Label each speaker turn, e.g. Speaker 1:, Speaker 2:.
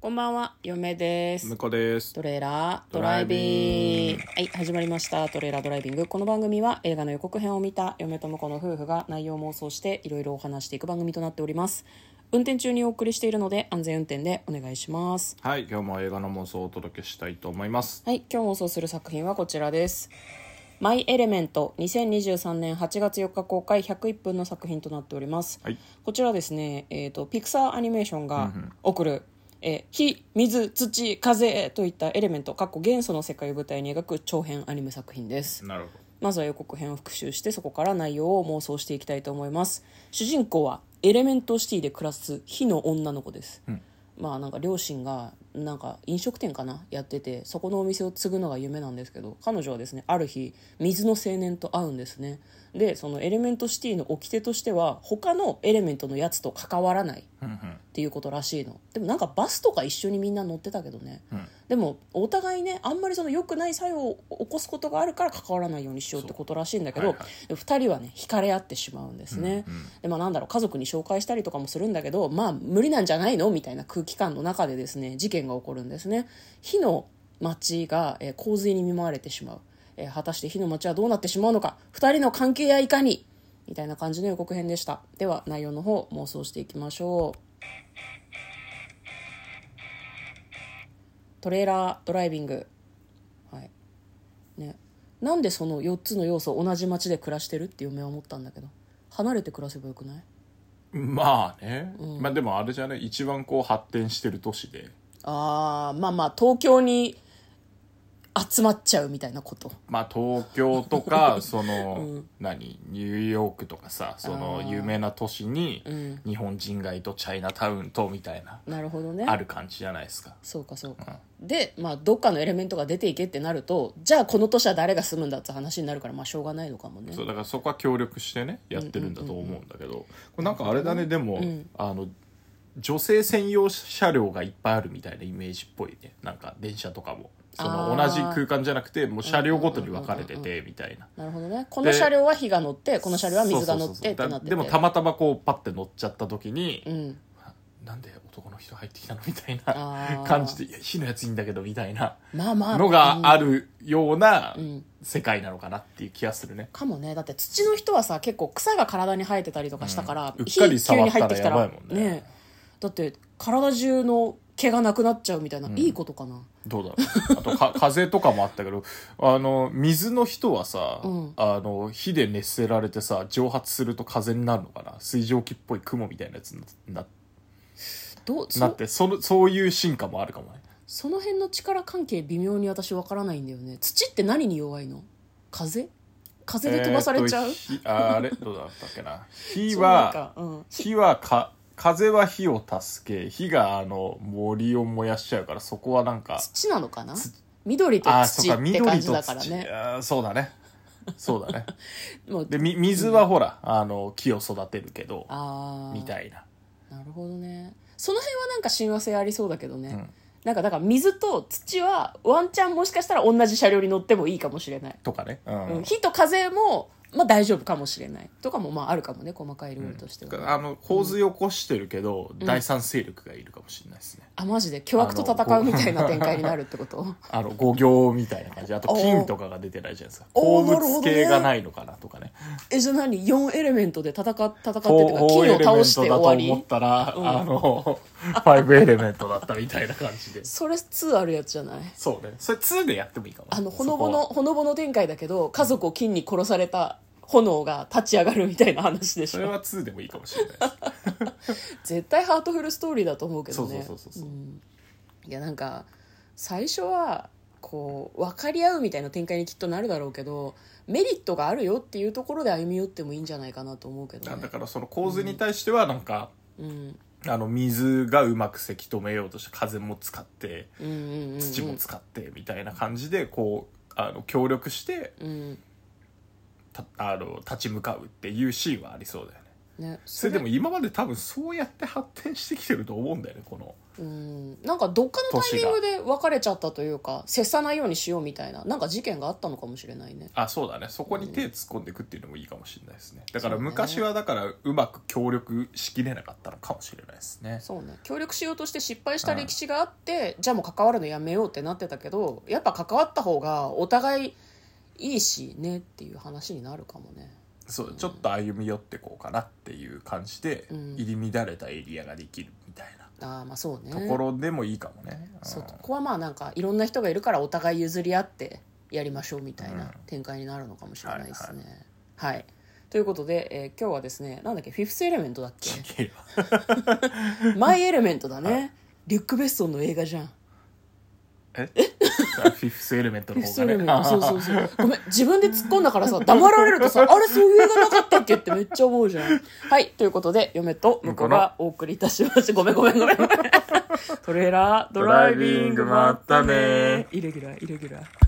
Speaker 1: こんばんは、嫁です
Speaker 2: 向。こうです。
Speaker 1: トレーラードライビング。はい、始まりました。トレーラードライビング。この番組は映画の予告編を見た嫁と婿の夫婦が内容を妄想していろいろお話していく番組となっております。運転中にお送りしているので安全運転でお願いします。
Speaker 2: はい、今日も映画の妄想をお届けしたいと思います。
Speaker 1: はい、今日妄想する作品はこちらです。マイ・エレメント2023年8月4日公開101分の作品となっております。
Speaker 2: はい、
Speaker 1: こちらですね、えー、とピクサーアニメーションが送る、えー火水土風といったエレメントかっこ元素の世界を舞台に描く長編アニメ作品です
Speaker 2: なるほ
Speaker 1: まずは予告編を復習してそこから内容を妄想していきたいと思います主人公はエレメントシティで暮らす火の女の子です、まあなんか両親がなんか飲食店かなやっててそこのお店を継ぐのが夢なんですけど彼女はですねある日水の青年と会うんですねでそのエレメントシティの掟としては他のエレメントのやつと関わらない
Speaker 2: ど。うんうん
Speaker 1: っていうことらしいのでもなんかバスとか一緒にみんな乗ってたけどね、
Speaker 2: ん
Speaker 1: でもお互いねあんまりその良くない作用を起こすことがあるから関わらないようにしようってことらしいんだけど、
Speaker 2: そうはいは
Speaker 1: で2人はね惹かれ合ってしまうんですね、でまあなんだろう家族に紹介したりとかもするんだけどまあ無理なんじゃないのみたいな空気感の中でですね事件が起こるんですね火の町が、えー洪水に見舞われてしまう、えー果たして火の町はどうなってしまうのか2人の関係やいかにみたいな感じの予告編でしたでは内容の方妄想していきましょうトレーラードライビングはいねなんでその4つの要素同じ町で暮らしてるって嫁は思ったんだけど離れて暮らせばよくない
Speaker 2: まあね、まあでもあれじゃね、一番こう発展してる都市で、
Speaker 1: あーまあまあ東京に集まっちゃうみたいなこと
Speaker 2: まあ東京 とか、その、何、ニューヨークとかさ、そ
Speaker 1: あ
Speaker 2: の
Speaker 1: ー
Speaker 2: 有名な都市に、日本人街とチャイナタウンとみたいな、
Speaker 1: なるほどね
Speaker 2: ある感じじゃないですか。
Speaker 1: そうかそうか、で、まあ、どっかのエレメントが出ていけってなるとじゃあこの年は誰が住むんだって話になるからまあしょうがないのかもね
Speaker 2: そうだからそこは協力してねやってるんだと思うんだけど、これなんかあれだねでも、あの女性専用車両がいっぱいあるみたいなイメージっぽいねなんか電車とかもその
Speaker 1: あ
Speaker 2: 同
Speaker 1: ー
Speaker 2: じ空間じゃなくてもう車両ごとに分かれててみたいな。
Speaker 1: なるほどねこの車両は火が乗ってこの車両は水が乗って
Speaker 2: そうそうそう
Speaker 1: ってなってて
Speaker 2: だでもたまたまこうパッて乗っちゃった時に、
Speaker 1: うん
Speaker 2: なんで男の人入ってきたのみたい
Speaker 1: あ
Speaker 2: な
Speaker 1: ー
Speaker 2: 感じで「いや火のやついいんだけど」みたいな
Speaker 1: まあまあ
Speaker 2: のがあるような
Speaker 1: うん
Speaker 2: 世界なのかなっていう気がするね。
Speaker 1: かもねだって土の人はさ結構草が体に生えてたりとかしたから、
Speaker 2: うんうっかり
Speaker 1: 火急に入ってきた
Speaker 2: 触
Speaker 1: ら
Speaker 2: ったらやばいもんね
Speaker 1: だって体中の毛がなくなっちゃうみたいな、いいことかな
Speaker 2: どうだろうあ とか風とかもあったけどあの水の人はさ、
Speaker 1: うん
Speaker 2: あの火で熱せられてさ蒸発すると風になるのかな水蒸気っぽい雲みたいなやつにな
Speaker 1: どうそ
Speaker 2: なってそのそういう進化もあるかもね
Speaker 1: その辺の力関係微妙に私わからないんだよね土って何に弱いの風風で飛ばされちゃう、
Speaker 2: えーっと火ああれどうだったっけな火は
Speaker 1: そうなんか
Speaker 2: 火はか風は火を助け火があの森を燃やしちゃうからそこはなん
Speaker 1: うん、
Speaker 2: か
Speaker 1: 土なのかな緑と
Speaker 2: ああそ
Speaker 1: 土
Speaker 2: うか
Speaker 1: って感
Speaker 2: 緑
Speaker 1: じ
Speaker 2: と
Speaker 1: だから
Speaker 2: 土、
Speaker 1: ね
Speaker 2: あーそうだねそうだね
Speaker 1: もう
Speaker 2: でみ水はほら、あの木を育てるけど
Speaker 1: ああ
Speaker 2: みたいな
Speaker 1: なるほどねその辺はなんか親和性ありそうだけどね、
Speaker 2: ん
Speaker 1: なんかだから水と土はワンチャンもしかしたら同じ車両に乗ってもいいかもしれない、
Speaker 2: とかね、う
Speaker 1: うん火と風も、まあ、大丈夫かもしれないとかもまああるかもね細かいルールとしては、
Speaker 2: あの洪水起こしてるけど、第三勢力がいるかもしれないですね
Speaker 1: あマジで巨悪と戦うみたいな展開になるってこと
Speaker 2: あの五行みたいな感じあと
Speaker 1: おー
Speaker 2: 金とかが出てないじゃないですか
Speaker 1: お
Speaker 2: 鉱
Speaker 1: ーなるほど
Speaker 2: 物
Speaker 1: ね
Speaker 2: 系がないのかなとかね
Speaker 1: えじゃあ何4エレメントで戦っ戦ってとか
Speaker 2: フォー
Speaker 1: 金
Speaker 2: エレメン
Speaker 1: を
Speaker 2: ト
Speaker 1: 倒
Speaker 2: だ
Speaker 1: して終
Speaker 2: と
Speaker 1: わ
Speaker 2: 思
Speaker 1: り
Speaker 2: ったら、あのファイブエレメントだったみたいな感じで
Speaker 1: それ2あるやつじゃない
Speaker 2: そうねそれ2でやってもいいかも
Speaker 1: あのほのぼ
Speaker 2: そこ
Speaker 1: の
Speaker 2: は
Speaker 1: ほのぼの展開だけど家族を金に殺された炎が立ち上がるみたいな話でし
Speaker 2: それ
Speaker 1: ょ
Speaker 2: は2でもいいかもしれないです
Speaker 1: 絶対ハートフルストーリーだと思うけど
Speaker 2: そう
Speaker 1: ね
Speaker 2: そうそうそうそう、
Speaker 1: いやなんか最初はこう分かり合うみたいな展開にきっとなるだろうけどメリットがあるよっていうところで歩み寄ってもいいんじゃないかなと思うけど
Speaker 2: だ
Speaker 1: ね
Speaker 2: からその洪水に対してはなんか、
Speaker 1: うん
Speaker 2: あの水がうまくせき止めようとして風も使って
Speaker 1: うんうんうん
Speaker 2: 土も使ってみたいな感じでこうあの協力して
Speaker 1: うん
Speaker 2: たあの立ち向かうっていうシーンはありそうだよね
Speaker 1: ね
Speaker 2: それでも今まで多分そうやって発展してきてると思うんだよねこの
Speaker 1: うんなんかどっかのタイミングで別れちゃったというか接さないようにしようみたいななんか事件があったのかもしれないね
Speaker 2: あそうだねそこに手突っ込んでいくっていうのもいいかもしれないですねだから昔はだからうまく協力しきれなかったのかもしれないですね
Speaker 1: そうね協力しようとして失敗した歴史があって、じゃあもう関わるのやめようってなってたけどやっぱ関わった方がお互いいいしねっていう話になるかもね
Speaker 2: そうちょっと歩み寄ってこうかなっていう感じで
Speaker 1: うん
Speaker 2: 入り乱れたエリアができるみたいな
Speaker 1: ああまあそうね
Speaker 2: ところでもいいかもね、うん
Speaker 1: そうここはまあなんかいろんな人がいるからお互い譲り合ってやりましょうみたいな展開になるのかもしれないですね。はい、ということで、えー今日はですねなんだっけフィフスエレメントだっ けマイエレメントだね、リュック・ベストンの映画じゃん。
Speaker 2: え フィフスエレメント
Speaker 1: フ
Speaker 2: の
Speaker 1: ィフス
Speaker 2: 方
Speaker 1: エレ
Speaker 2: が
Speaker 1: メ
Speaker 2: ね
Speaker 1: ントそうそうそうごめん自分で突っ込んだからさ黙られるとさあれそういう映画なかったっけってめっちゃ思うじゃんはいということで嫁と婿がお送りいたしましたごめんごめんごめんごめんトレーラードライビングまったねイレギュラーイレギュラー